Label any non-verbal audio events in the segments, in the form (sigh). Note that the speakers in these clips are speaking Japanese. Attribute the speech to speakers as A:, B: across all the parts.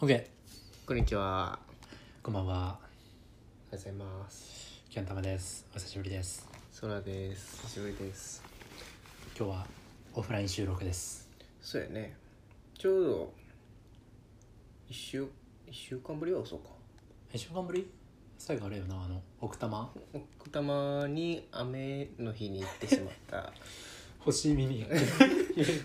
A: OK
B: こんにちは。
A: こんばんは
B: おはようございます。
A: キャンタマですお久しぶりです
B: そらです。久しぶりです。
A: 今日はオフライン収録です
B: そうやね。ちょうど、一週、一週間ぶりはそうか。
A: 1週間ぶり最後あれよなあの奥多摩
B: 奥多摩に雨の日に行ってし
A: (laughs)
B: まった。
A: (laughs) 星耳 (laughs) や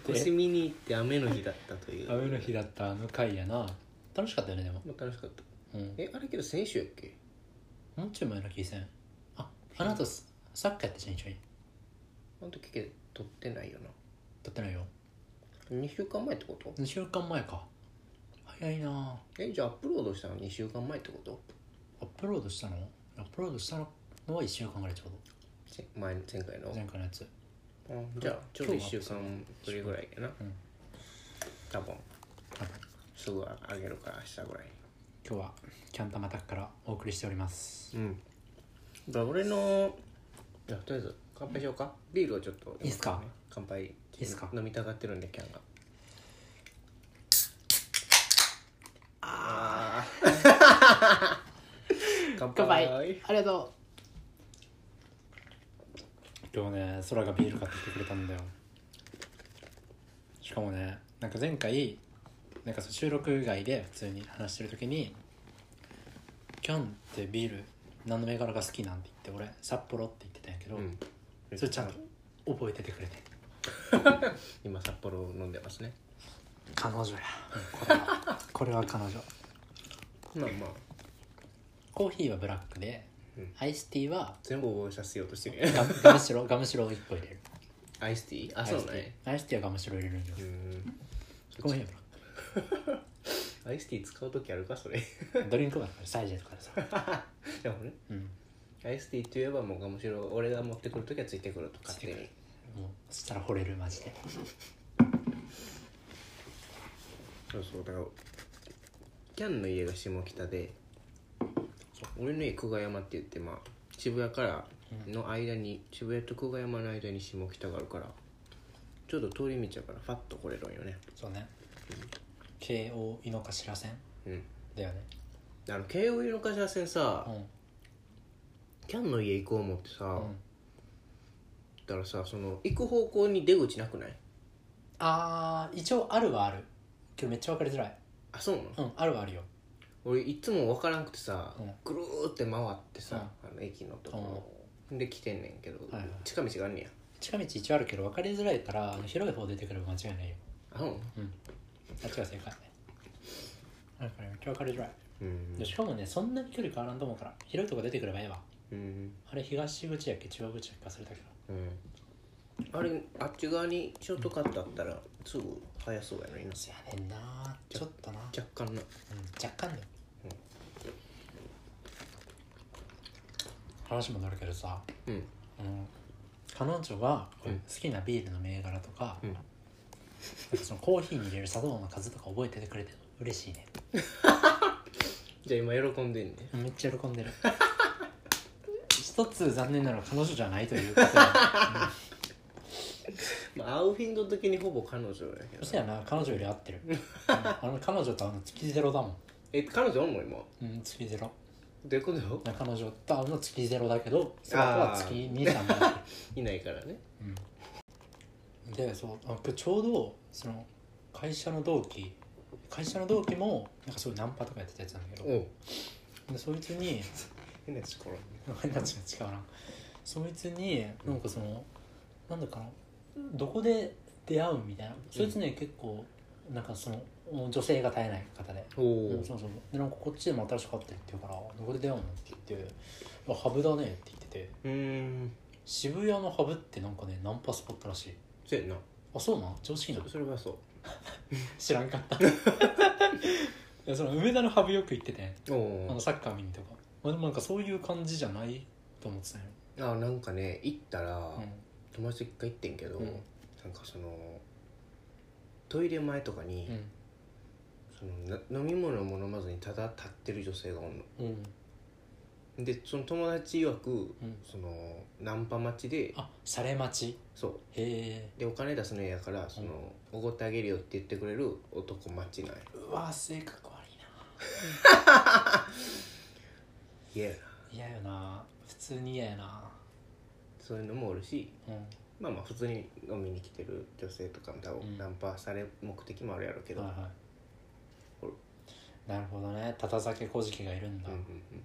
B: 星見に行って雨の日だったという。
A: 雨の日だったあの回やな楽しかったよねでも、
B: まあ楽しかった。
A: うん、
B: え、あれけど先週やっけ
A: もうちょい前の気せんああなたササッカーやったじゃん一緒に
B: あの時けど撮ってないよな。
A: 撮ってないよ
B: 2週間前ってこと
A: 2週間前か早いな
B: え、じゃあアップロードしたの2週間前ってこと
A: アップロードしたのアップロードしたのは1週間ぐらいちょう
B: せ前、前回の
A: ど。前回のやつ
B: あじゃあ、ちょうど1週間ぶりぐらいやな。
A: うん
B: 多分。
A: 多分
B: すぐあげるから明日ぐらい
A: 今日はキャンタマタッからお送りしております
B: うんだから俺のいやとりあえず乾杯しようかビールをちょっと
A: いいっすか
B: 乾杯い
A: いっすか
B: 飲みたがってるんでキャンがあー (laughs) 乾杯
A: ありがとう今日ね空がビール買ってきてくれたんだよしかもねなんか前回なんかそう収録外で普通に話してる時に「キャンってビール何の銘柄が好きなん?」て言って俺「札幌」って言ってたんやけど、
B: うん
A: それちゃんと覚えててくれて
B: 今札幌を飲んでますね
A: 彼女やこれはこれは彼女
B: まあまあ
A: コーヒーはブラックで、
B: うん
A: アイスティーは
B: 全部覚えさせようとしてる
A: ガガムシロガムシロを1個入れる
B: アイスティーあそうね
A: アイスティーはガムシロ入れるんよ
B: うーん
A: コーヒーはブラック
B: アイスティー使う時あるかそれ (laughs) い
A: ドリンクバーとかサイジェとかでさ、
B: や俺
A: うん、
B: アイスティーといえばもうがむしろ俺が持ってくる時はついてくると勝手に
A: もうそしたら惚れるマジで
B: そうそうだからキャンの家が下北で俺の家久我山って言ってまあ渋谷からの間に、渋谷と久我山の間に下北があるからちょうど通り道だからファッと来れるんよね
A: そうね慶応井の頭線
B: うん
A: だよね
B: あの慶応井の頭線さ、
A: うん
B: キャンの家行こう思ってさ、
A: ん
B: だからさその行く方向に出口なくない
A: あー一応あるはあるけどめっちゃ分かりづらい
B: あそうなの
A: うんあるはあるよ
B: 俺いつも分からんくてさ、
A: うん
B: ぐるーって回ってさ、あの駅のところで来てんねんけど、
A: はいはい
B: 近道があんねや
A: 近道一応あるけど分かりづらいからあの広い方出てくれば間違いないよ
B: あそうなの
A: あっちが正解なんかねめっちゃ分かりづらい、
B: うん
A: でしかもねそんなに距離変わらんと思うから広いとこ出てくればええわ
B: うん、
A: あれ東口やっけ中央口やっけ忘れたけど
B: うん、あれあっち側にショートカットあったらすぐ速そうやのにな
A: そやねんなちょっとな、うん、
B: 若干な
A: 若干だよ、話もなるけどさ、
B: うん
A: あの彼女がこう
B: うん
A: 好きなビールの銘柄とか,、
B: うん
A: そのコーヒーに入れる砂糖の数とか覚えててくれてるの嬉しいね
B: じゃあ今喜んでんね (laughs)
A: めっちゃ喜んでる一つ残念なのは彼女じゃないということだ (laughs)
B: まあ会う頻度的にほぼ彼女やけ
A: うん (laughs)
B: ど
A: そやな彼女より合ってる、
B: (laughs)
A: うんあの彼女とあの月ゼロだもん
B: え彼女おんの今ど
A: うん月ゼロ
B: ういうこと
A: 彼女と会うの月ゼロだけどその子は月2だもん
B: いないからね
A: でそうあ今日ちょうどその会社の同期会社の同期もなんかそういうナンパとかやってたやつなんだけど
B: おう
A: でそいつに
B: 変なやつこら
A: 何だ違う違うなそいつになんかそのなんだかなどこで出会うみたいなそいつね、結構なんかその女性が絶えない方で。
B: お
A: う
B: お
A: んそうそうでなんかこっちでも新しく会ってるって言うから「どこで出会うの?」って言って「いやハブだね」って言ってて
B: うーん
A: 渋谷のハブってなんかねナンパスポットらしい
B: そうやな
A: あそうなん常識なの
B: そそれはそう
A: 知らんか (laughs) ったいやその梅田のハブよく行ってて
B: お
A: あの
B: お
A: サッカー見にとか、まあ、でもなんかそういう感じじゃないと思ってたよ、
B: あなんかね行ったら、
A: う
B: 友達と一回行ってんけど、
A: うん
B: なんかそのトイレ前とかに、
A: ん
B: そのな飲み物も飲まずにただ立ってる女性がおんの
A: うんうん
B: でその友達曰く
A: うん
B: そのナンパ待ちで
A: あシャレ待ち
B: そ
A: へえ
B: うでお金出すのやからそのおごってあげるよって言ってくれる男待ちなんや
A: うわ性格悪いな
B: 嫌やな
A: 嫌よな普通に嫌やな
B: そういうのもおるし
A: うん
B: まあまあ普通に飲みに来てる女性とかも多
A: うん
B: 分ナンパされる目的もあるやろうけど、
A: はいは
B: ほら
A: いなるほどねた酒小じがいるんだ、
B: うんうんうん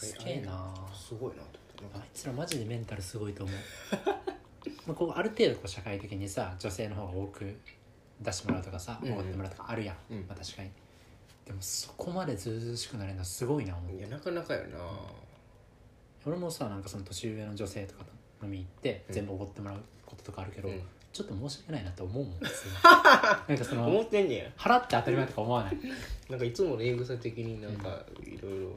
B: あれ
A: すげえな
B: あれすごいなと思っ
A: あ
B: て
A: いつらマジでメンタルすごいと思う (laughs) まあこうある程度こう社会的にさ女性の方が多く出してもらうとかさ
B: うん
A: 奢ってもらうとかあるやん、
B: うん
A: まあ、確かにでもそこまでずうずうしくなれるのはすごいな思う
B: いやなかなかやな、
A: 俺もさなんかその年上の女性とかと飲みに行って
B: うん
A: 全部おごってもらうこととかあるけど、
B: うん
A: ちょっと申し訳ないなって
B: (laughs)
A: 思うもん普通になんかそ
B: 思
A: の
B: ってんねや
A: 払って当たり前とか思わない
B: なんかいつもの英草的になんかいろいろ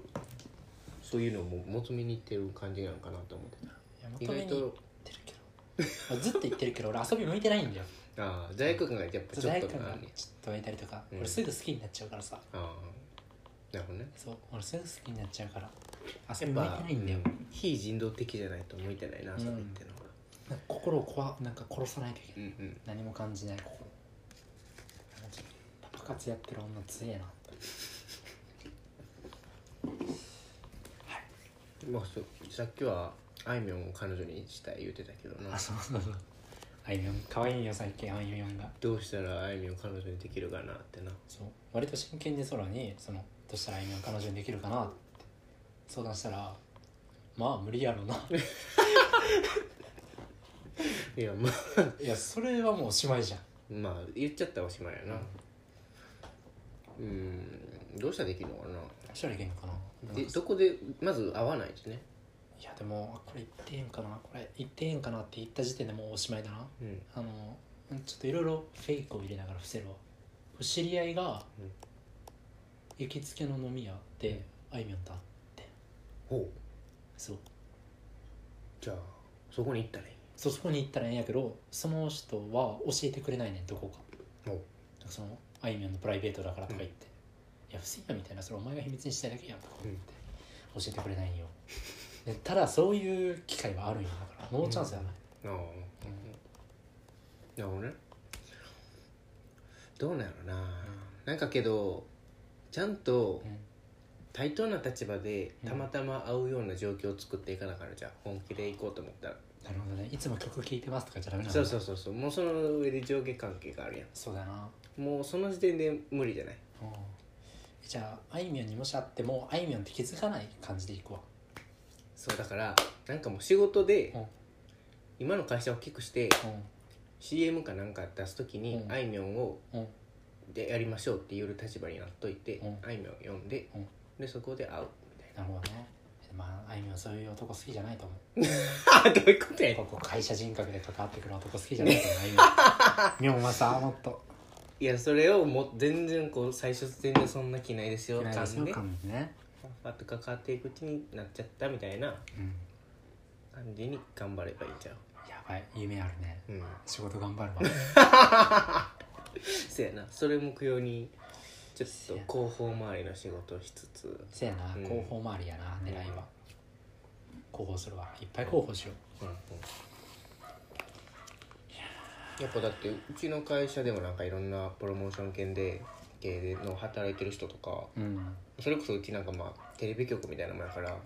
B: そういうのをも求めにいってる感じなのかなと思ってた
A: いや
B: 意
A: 求め
B: 外
A: に行っ
B: と
A: てるけどずっと言ってるけど俺遊び向いてないんだよ
B: ああ罪悪感がやっぱちょっ
A: 罪
B: と
A: 悪感
B: あ
A: が
B: るね
A: ちょっと湧いたりとか、
B: うん
A: 俺すぐ好きになっちゃうからさ
B: ああなるほどね
A: そう俺すぐ好きになっちゃうから遊
B: やっ
A: び向いて
B: ぱ
A: ないんだよ、
B: うん非人道的じゃないと向いてないな遊びってのは
A: なんか心をこわなんか殺さないといけな
B: う
A: い
B: んうん
A: 何も感じない心なんかパパ活やってる女強えな
B: まあそうさっきはあいみょんを彼女にしたい言ってたけどな
A: あそうそうそうあいみょんかわいいよ最近あいみょんが
B: どうしたらあいみょんを彼女にできるかなってな
A: そう割と真剣に空にそのどうしたらあいみょん彼女にできるかなって相談したらまあ無理や (laughs) ろな
B: いやまあ (laughs)
A: いやそれはもうおしまいじゃん
B: まあ言っちゃったらおしまいやなうんどうしたらできるのかな
A: どうしたらいけんのかな
B: でどこでまず会わないですね
A: いやでもあこれ言ってええんかなこれ言ってええんかなって言った時点でもうおしまいだな
B: うん
A: あのちょっといろいろフェイクを入れながら伏せるわ知り合いが
B: うん
A: 行きつけの飲み屋であいみょんと会って
B: ほう
A: そう
B: じゃあそこに行ったらいい
A: そうそこに行ったらええんやけどその人は教えてくれないねんどこか
B: ほう
A: なんかそのあいみょんのプライベートだからとか言って「いや不正や」みたいな「それお前が秘密にしたいだけやん」とか言って教えてくれないんよでただそういう機会はあるんよだからノーチャンスやない、
B: ああなるほどねどうなんやろな、なんかけどちゃんと
A: うん
B: 対等な立場で
A: うん
B: たまたま会うような状況を作っていかなからじゃあ本気で行こうと思ったら、
A: なるほどねいつも曲聴いてますとかじゃダメなの
B: そうそうそうそうもうその上で上下関係があるや
A: そうだよなん
B: もうその時点で無理じゃない
A: うんじゃああいみょんにもし会ってもあいみょんって気づかない感じでいくわ
B: そうだからなんかもう仕事で
A: うん
B: 今の会社を大きくして
A: う
B: CM かなんか出す時に
A: うん
B: あいみょんを
A: んうん
B: でやりましょうっていう立場になっといて
A: うん
B: あいみょんを呼んで
A: うん
B: でそこで会う (laughs) み
A: なるほどねまああいみょんそういう男好きじゃないと思
B: たいなどういうことやね
A: うんここ会社人格で関わってくる男好きじゃないと思うあいみょんみょんはさもっと
B: いやそれをもう全然こう最初全然そんな気ないですよ
A: 嫌いですよ
B: 感で
A: 感じね
B: パッと関わっていくうちになっちゃったみたいな
A: うん
B: 感じに頑張ればいいんちゃう
A: やばい夢あるね
B: うん
A: 仕事頑張
B: (laughs)
A: るわ
B: そやなそれ目標にちょっと広報周りの仕事をしつつ
A: せやな
B: うん
A: 広報周りやな狙いは広報するわいっぱい広報しよ
B: うんうんやっぱだってうちの会社でもなんかいろんなプロモーション系で系での働いてる人とか
A: ううん
B: それこそうちなんかまあテレビ局みたいなもんやから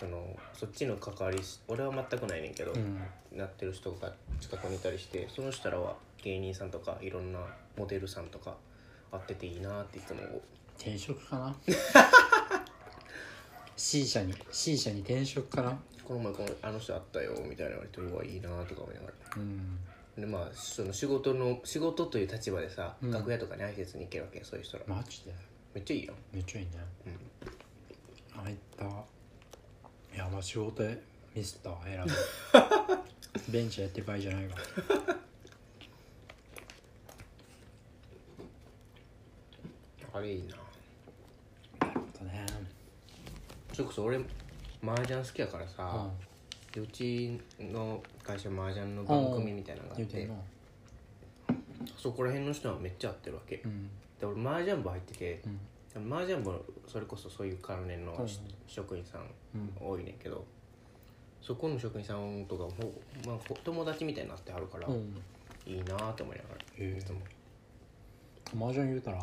B: そのそっちの関わりし俺は全くないねんけど、
A: うん
B: なってる人が近くにいたりしてその人らは芸人さんとかいろんなモデルさんとか会ってていいなっていつも思う
A: 転職か
B: (laughs)
A: な C 社に C 社に転職かな
B: この前このあの人会ったよみたいな言われてうわいいなとか思いながら
A: うん
B: でまあその仕事の仕事という立場でさ、
A: うん
B: 楽屋とかに挨拶に行けるわけそういう人ら
A: マジで
B: めっちゃいいやん
A: めっちゃいいねうん入ったいやまあ仕事ミスったわ選 (laughs) ぶベンチやってる場合じゃないわ
B: あれいいな
A: なるほどね
B: それこそ俺麻雀好きやから
A: う
B: さ
A: ん、
B: でうちの会社麻雀の番組みたいなのがあっ
A: 言うて
B: て
A: んな
B: そこら辺の人はめっちゃ会ってるわけで
A: うん
B: 俺麻雀部入ってて
A: うん
B: 麻雀部それこそそういう関連のし
A: うん
B: 職員さん
A: うん
B: 多いねんけど、そこの職員さんとかほ、まあ、ほ友達みたいになってはるから、
A: うん
B: いいなと思いながら
A: へえ
B: いつも
A: 麻雀言うたら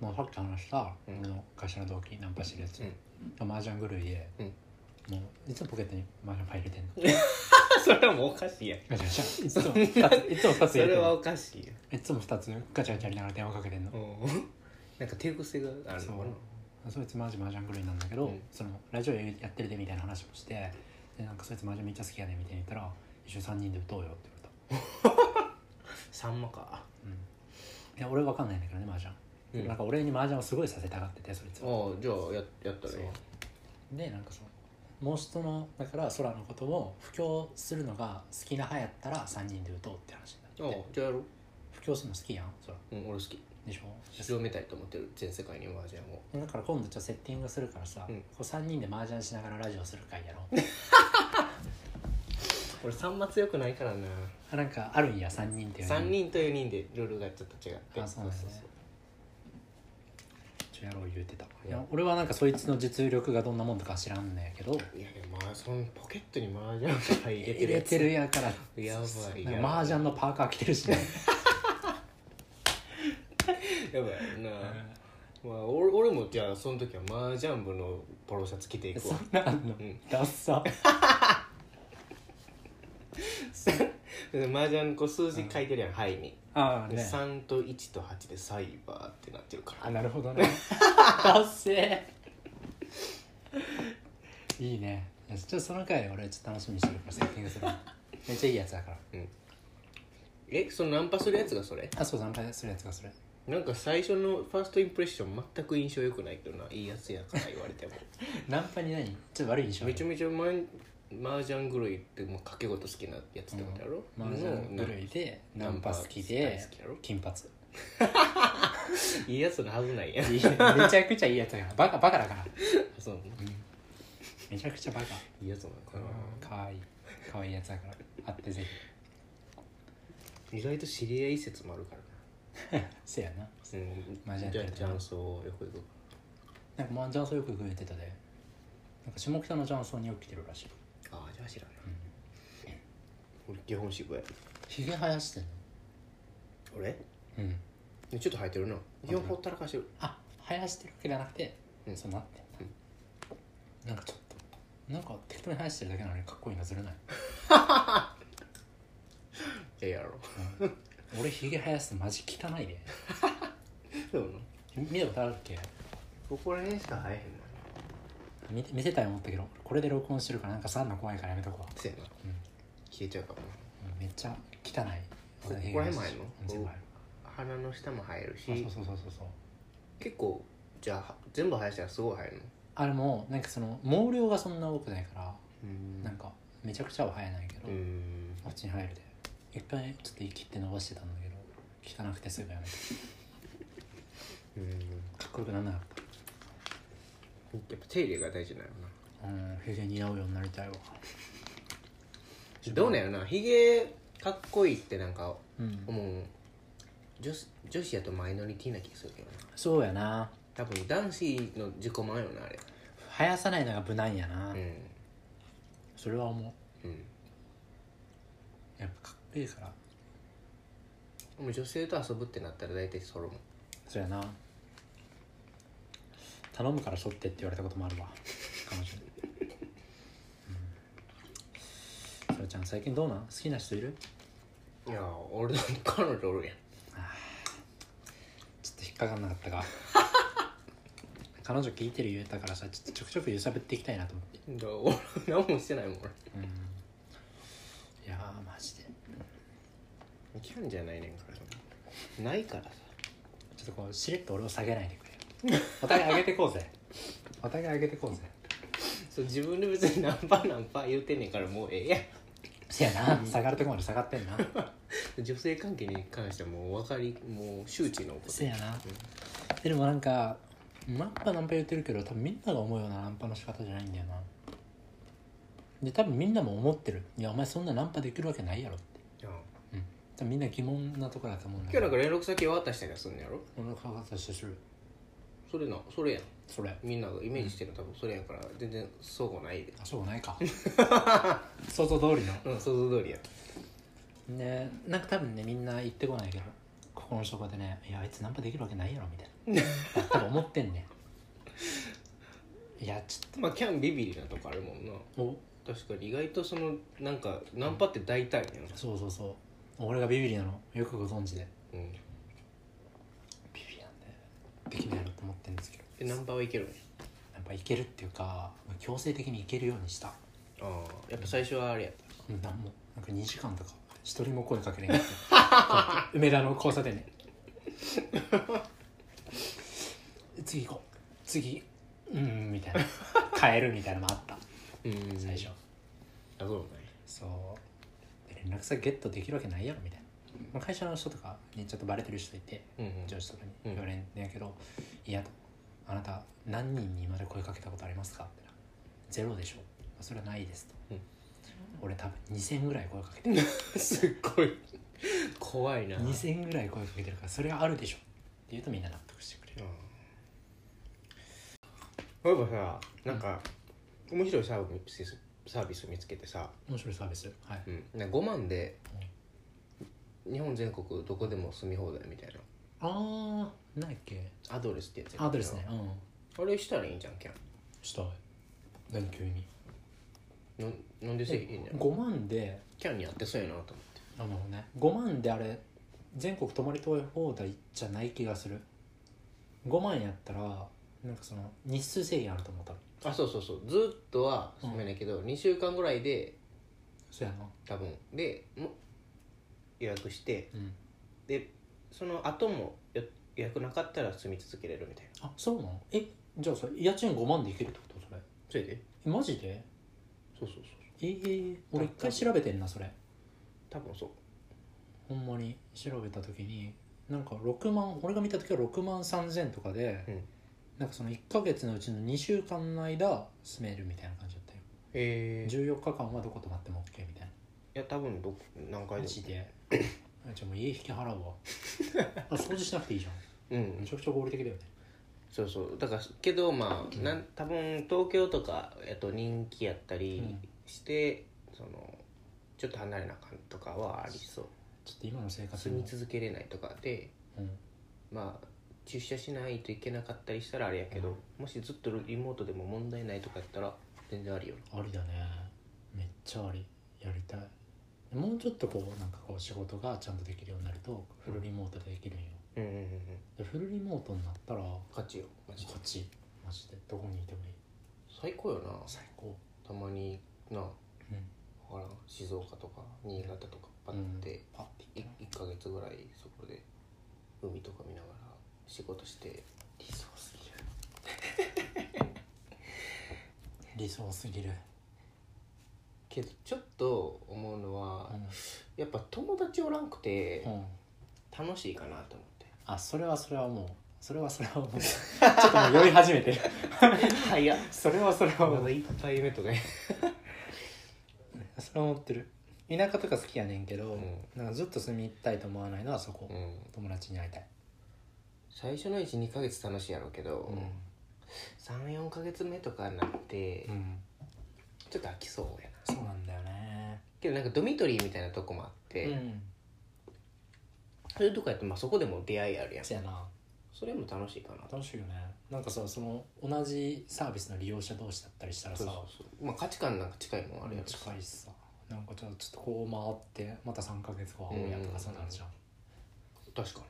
A: もうさっき話した、
B: うん
A: 俺の会社の同期ナンパしてるやつ、 (laughs)
B: うん
A: 麻雀狂いで、
B: うん
A: もういつもポケットに麻雀パイ入れてんの
B: それはもうおかしいやん
A: ガチャガチ (laughs) ャいつも2ついつも2つ
B: そ
A: 入れ
B: れ
A: てん
B: は
A: の
B: おかしいやん
A: いつも2つガチャガチャやりながら電話かけてんの、
B: うん (laughs) なんか手癖があるのかな
A: そいつマジ麻雀狂いなんだけど、
B: うん
A: そのラジオやってるでみたいな話もしてでなんかそいつ麻雀めっちゃ好きやねみたいに言ったら一緒に3人で打とうよって言われた
B: さんまか
A: うんいや俺わかんないんだけどね麻雀、
B: うん
A: なんか俺に麻雀をすごいさせたがっててそいつ
B: あ
A: は
B: あじゃあややったらいいやん
A: でなんかそのモンストのだから空のことを布教するのが好きな派やったら3人で打とうって話になっ
B: あ
A: て
B: あじゃあやろう
A: 布教するの好きやん空
B: うん俺好き
A: でしょ
B: 広めたいと思ってる全世界にマージャンを
A: だから今度ちょっとセッティングするからさ、
B: うん
A: こう3人で麻雀しながらラジオする回やろう
B: 俺3末強くないからな
A: あなんかあるんや3人っていうの
B: 3人と4人でルールがちょっと違って
A: あそうなんですね
B: そう
A: ちょやろう言うてたわ
B: うん
A: いや俺はなんかそいつの実力がどんなもんとか知らんねんけど
B: そういやでもまあそのポケットにマージャンが入れて
A: 入
B: るや
A: れ
B: つ
A: てるやから
B: やばい
A: な
B: や
A: んか麻雀のパーカー着てるしね
B: やばいな、まあ俺俺もじゃあその時はマージャン部のポロシャツ着ていく
A: そ
B: わ
A: んなんあんの
B: ん
A: ダッサ
B: で (laughs) マージャンこう数字書いてるやん範囲に、
A: ああ
B: で
A: ね
B: 3と1と8でサイバーってなってるから
A: あなるほどねダッセーいいねいやちょっとその回俺ちょっと楽しみにしてるからセッティングするのめっちゃいいやつだから
B: えそのナンパするやつがそれ
A: あそう惨敗するやつがそれ
B: なんか最初のファーストインプレッション全く印象良くないけどないいやつやから言われても
A: ナンパに何ちょっと悪い印象
B: めちゃめちゃマンマージャン狂いってもう掛け事好きなやつってことやろ、
A: マージャン狂いでナンパ好き
B: ナン
A: で
B: パ好きやろ
A: 金髪
B: いいやつのはずないやん
A: いいめちゃくちゃいいやつだからバカバカだから
B: そう
A: めちゃくちゃバカ
B: いいやつなのかな、
A: かわいいかわいいやつだからあってぜひ
B: 意外と知り合い説もあるからな
A: (laughs) せやな
B: うん
A: マージャン
B: じゃ
A: やってる
B: あ
A: と
B: チャンスをよく行く
A: なんかマンジャンソーよく言ってたでなんか下北のジャンソーによく来てるらしい
B: ああじゃあ知らない、俺基本渋谷
A: ひげ生やしてんの
B: 俺
A: うん
B: ねちょっと生えてるな基本ほったらかしてる
A: あ生やしてるわけじゃなくて、
B: うん
A: そうなってんだ、なんかちょっとなんか適当に生やしてるだけなのにかっこいいのずるない、
B: ええやろ
A: 俺ひげ生やすのマジ汚いで
B: そうな
A: 見たことあるっけ
B: ここら辺しか生えへんな
A: 見て見せたい思ったけどこれで録音してるからなんか触るの怖いからやめとこ
B: せやな、消えちゃうかも
A: う、うんめっちゃ汚い
B: ここら辺
A: 俺ひげ
B: も
A: 生や
B: や
A: し
B: んの
A: うん全部入る
B: 鼻の下も生えるし
A: あそうそうそうそうそう
B: 結構じゃあ全部生やしたらすごい生えるの
A: あれもなんかその毛量がそんな多くないから
B: うん
A: なんかめちゃくちゃは生えないけど、
B: うん
A: こっちに入るで一回ちょっと息って伸ばしてたんだけど汚くてすぐやめた
B: うん
A: かっこよくならなかっ
B: やっぱ手入れが大事なのな
A: たうんヒゲ似合うようになりたいわ
B: どうなんやろなヒゲかっこいいってなんか
A: うん
B: 思う女子女子やとマイノリティな気がするけどな
A: そうやな
B: 多分男子の自己満よなあれ
A: 生やさないのが無難やな、
B: うん
A: それは思
B: うん
A: うやっぱかっこいいから
B: でも女性と遊ぶってなったら大体ソロも
A: そうやな頼むから剃ってって言われたこともあるわ彼女に、うん、そらちゃん最近どうなん好きな人いる
B: いや俺の彼女おるやん
A: ちょっと引っかかんなかった (laughs) か彼女聞いてる言うたからさちょっとちょくちょく揺さぶっていきたいなと思って
B: だから俺何もしてないもん俺
A: いやーマジで
B: キャンじゃないねんからないからさ
A: ちょっとこうしれっと俺を下げないでく (laughs) れよお互い上げてこうぜお互い上げてこうぜ
B: そう自分で別にナンパナンパ言うてんねんからもうええや
A: せやな下がるとこまで下がってんな
B: ん女性関係に関してはもう分かりもう周知のこと
A: せやなでもなんかナンパナンパ言ってるけど多分みんなが思うようなナンパの仕方じゃないんだよなで多分みんなも思ってるいやお前そんなナンパできるわけないやろって
B: 今
A: うん多分みんな疑問なところだと思うんだ
B: 日なんか連絡先渡したりはすんのやろ
A: 俺の顔がしてする
B: それなそれやん
A: それ
B: みんながイメージしてるの多分それやから全然相互ないで
A: あそうない (laughs) か想像通りの
B: うん想像通りや
A: ねなんか多分ねみんな言ってこないけどここの職場でね「いやあいつナンパできるわけないやろ」みたいなだ (laughs) ったら思ってんねんいやち
B: まあキャンビビリなとこあるもんな
A: ょっとお
B: 確かに意外とそのなんかナンパって大体やな
A: そうそうそう俺がビビリなのよくご存知で
B: うん
A: ビビりなんでできないやろと思ってるんですけど
B: えナンパはいけるんや
A: やっぱいけるっていうか強制的にいけるようにした
B: ああやっぱ最初はあれやった
A: うんなんもなんか2時間とか一人も声かけれ (laughs) んかった梅田の交差点ね (laughs) 次行こう次うんみたいな変えるみたいなのもあった
B: うん
A: 最初、
B: あそうね
A: そうで連絡先ゲットできるわけないやろみたいな、まあ、会社の人とかにちょっとバレてる人いて
B: うんうん
A: 上司とかに
B: うん
A: 言われんねやけど「いや」と「あなた何人にまで声かけたことありますか?」ってな「ゼロでしょ」それはないです」と「
B: うん
A: 俺多分2000ぐらい声かけてる
B: すっごい怖いな
A: 2000ぐらい声かけてるからそれはあるでしょ」って言うとみんな納得してくれる
B: うん例えばさなんか、面白いサービスサービス見つけてさ、
A: 面白いサービスはい
B: うん、なんか5万で日本全国どこでも住み放題みたいな
A: あー何やっけ
B: アドレスってやつやけど
A: アドレスねうん
B: あれしたらいいんじゃんキャン
A: したい何急に
B: のなんでせえいいんじゃん
A: 5万で
B: キャンにやってそうやなと思って
A: あのね5万であれ全国泊まり放題じゃない気がする5万やったらなんかその日数制限あると思ったの
B: あそうそうそうずっとは住めないけど、二2週間ぐらいで
A: そうやな
B: 多分でも予約して
A: うん
B: でその後もよ予約なかったら住み続けれるみたいな
A: あそうなのえじゃあそれ家賃5万でいけるってことそれ
B: それで
A: えマジで
B: そうそうそう
A: えー、俺一回調べてんなそれ
B: 多分そう
A: ほんまに調べた時になんか6万俺が見た時は6万3000とかで、
B: うん
A: なんかその1ヶ月のうちの2週間の間住めるみたいな感じだったよ
B: えー、
A: 14日間はどこ泊まっても OK みたいない
B: や多分ど何回
A: マ
B: で
A: ジ
B: も
A: であじゃあもう家引き払うわ
B: (laughs)
A: あ掃除しなくていいじゃん
B: うん
A: めちゃくちゃ合理的だよね
B: そうそうだからけどまあ、なん多分東京とかやと人気やったりして、そのちょっと離れなあかんとかはありそう
A: ちょっと今の生活
B: 住み
A: も、
B: 続けれないとかで
A: うん、
B: まあ出社しないといけなかったりしたらあれやけど、もしずっとリモートでも問題ないとかやったら全然ありよ
A: ありだねめっちゃありやりたいもうちょっとこうなんかこう仕事がちゃんとできるようになるとフルリモートでできるんよ
B: うんうんうんうん
A: でフルリモートになったらこ
B: 価値よマジで
A: っちマジでどこにいてもいい
B: 最高よな
A: 最高
B: たまにな
A: うん
B: ほらん静岡とか新潟とかパッて、
A: うんパッて
B: い1ヶ月ぐらいそこで海とか見ながら仕事して
A: 理想すぎる (laughs) 理想すぎる
B: けどちょっと思うのは、
A: う
B: やっぱ友達おらんくて
A: ん、うん
B: 楽しいかなと思って、
A: あそれはそれはもうそれはそれは (laughs) もうちょっともう酔い始め (laughs) てる
B: 早っ
A: それはそれはも
B: まだ
A: う
B: 1杯目とかね
A: それは思ってる田舎とか好きやねんけど、
B: うん
A: なんかずっと住みたいと思わないのはそこ、
B: うん
A: 友達に会いたい、
B: 最初の12ヶ月楽しいやろうけど、34ヶ月目とかになって、
A: うん
B: ちょっと飽きそうやな
A: そうなんだよね
B: けどなんかドミトリーみたいなとこもあって、
A: うん
B: そういうとこやって、まあ、そこでも出会いあるやん
A: そやな
B: それも楽しいかなと
A: 楽しいよねなんかさその同じサービスの利用者同士だったりしたらさ
B: そうそうそうまあ価値観なんか近いもんあるやつ
A: 近いしさなんかちょっとちょっとこう回ってまた3ヶ月後は会おうやとかそうなるじゃん、
B: 確か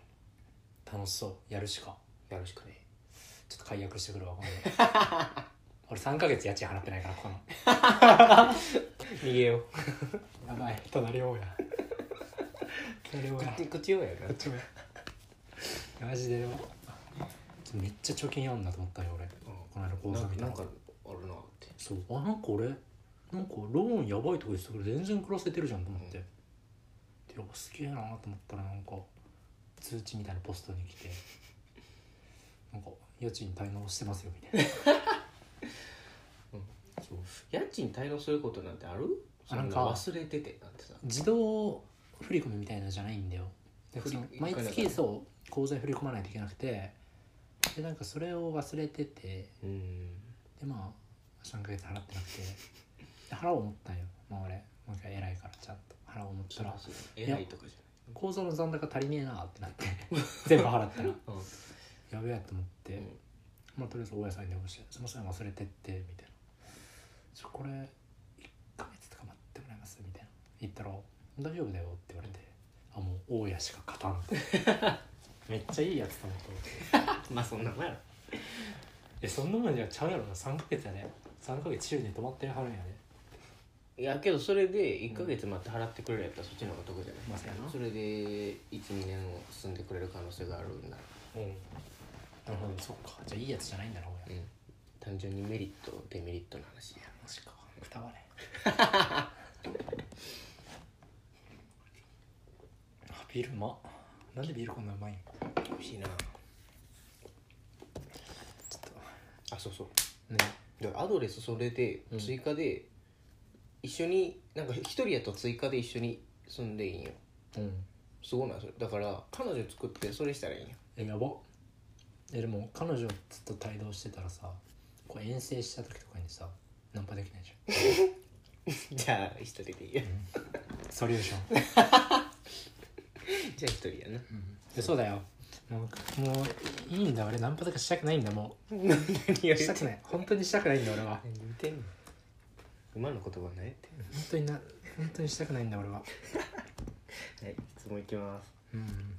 A: 楽しそうやるしか
B: にやるしかね
A: ちょっと解約してくるわ今
B: (laughs)
A: 度俺3ヶ月家賃払ってないからこの
B: 逃げよう
A: やばい隣親や隣親や
B: (laughs) 口口よや
A: こっちもやマジでよめっちゃ貯金あんなと思ったよ俺この間口
B: な
A: 座
B: なん
A: 見た
B: かなん
A: ら
B: かあるなって
A: そうあなんか俺なんかローンやばいとこ言ってたけど全然暮らせてるじゃんと思って、
B: う
A: でおすげえなと思ったらなんか通知みたいなポストに来て (laughs) なんか家賃滞納してますよみたいな、そう
B: 家賃滞納することなんてある
A: あ
B: そ
A: なんん
B: な
A: か
B: 忘れててなんてさ
A: 自動振り込みみたいなのじゃないんだよで
B: 振り
A: その
B: 一回
A: 毎
B: だから
A: 月そう口座に振り込まないといけなくてでなんかそれを忘れてて
B: うん
A: でまあ3ヶ月払ってなくてで払おう思ったんよまあ俺もう一回偉いからちゃんと払おう思ったら
B: 偉いとかじ
A: 口座の残高足りねえなってなって (laughs) 全部払ったら
B: ゃない
A: やべえと思って、
B: うん
A: まあとりあえず大家さんに電話して「すいません忘れてって」みたいな「ちょこれ1ヶ月とか待ってもらえます?」みたいな言ったら「大丈夫だよ」って言われて「あもう大家しか勝たん」って (laughs) めっちゃいいやつだな (laughs) と思って
B: まあそんなもんやろ
A: えそんなもんじゃちゃうやろな3ヶ月やで3ヶ月週に泊まってはるんやで
B: いやけどそれで1ヶ月待って払ってくれるやったらそっちの方が得じゃない、
A: まあそうやな
B: それで12年を住んでくれる可能性があるんだ
A: うんなるほどそっかじゃあいいやつじゃないんだろうや
B: うん単純にメリットデメリットの話や
A: マジかくたばれ (laughs) あビールうまなんでビールこんなうまいんちょっ
B: 美味しいな
A: と
B: あそうそう
A: ね
B: だからアドレスそれで
A: うん
B: 追加で一緒に、なんか一人やと追加で一緒に住んでいいんよ
A: うん
B: すごいなそれだから彼女作ってそれしたらいいんよ (laughs)
A: えやばえでも彼女ずっと帯同してたらさこう遠征した時とかにさナンパできないじゃん
B: じゃあ一人でいいや
A: ソリューション
B: (laughs) じゃあ一人やな
A: でそうだよもうもういいんだ俺ナンパとかしたくないんだも
B: 何を言
A: うしたくない本当にしたくないんだ俺は
B: 何言うてんの今の言葉何やって
A: 本当にな本当にしたくないんだ俺は
B: はい質問いきます
A: うん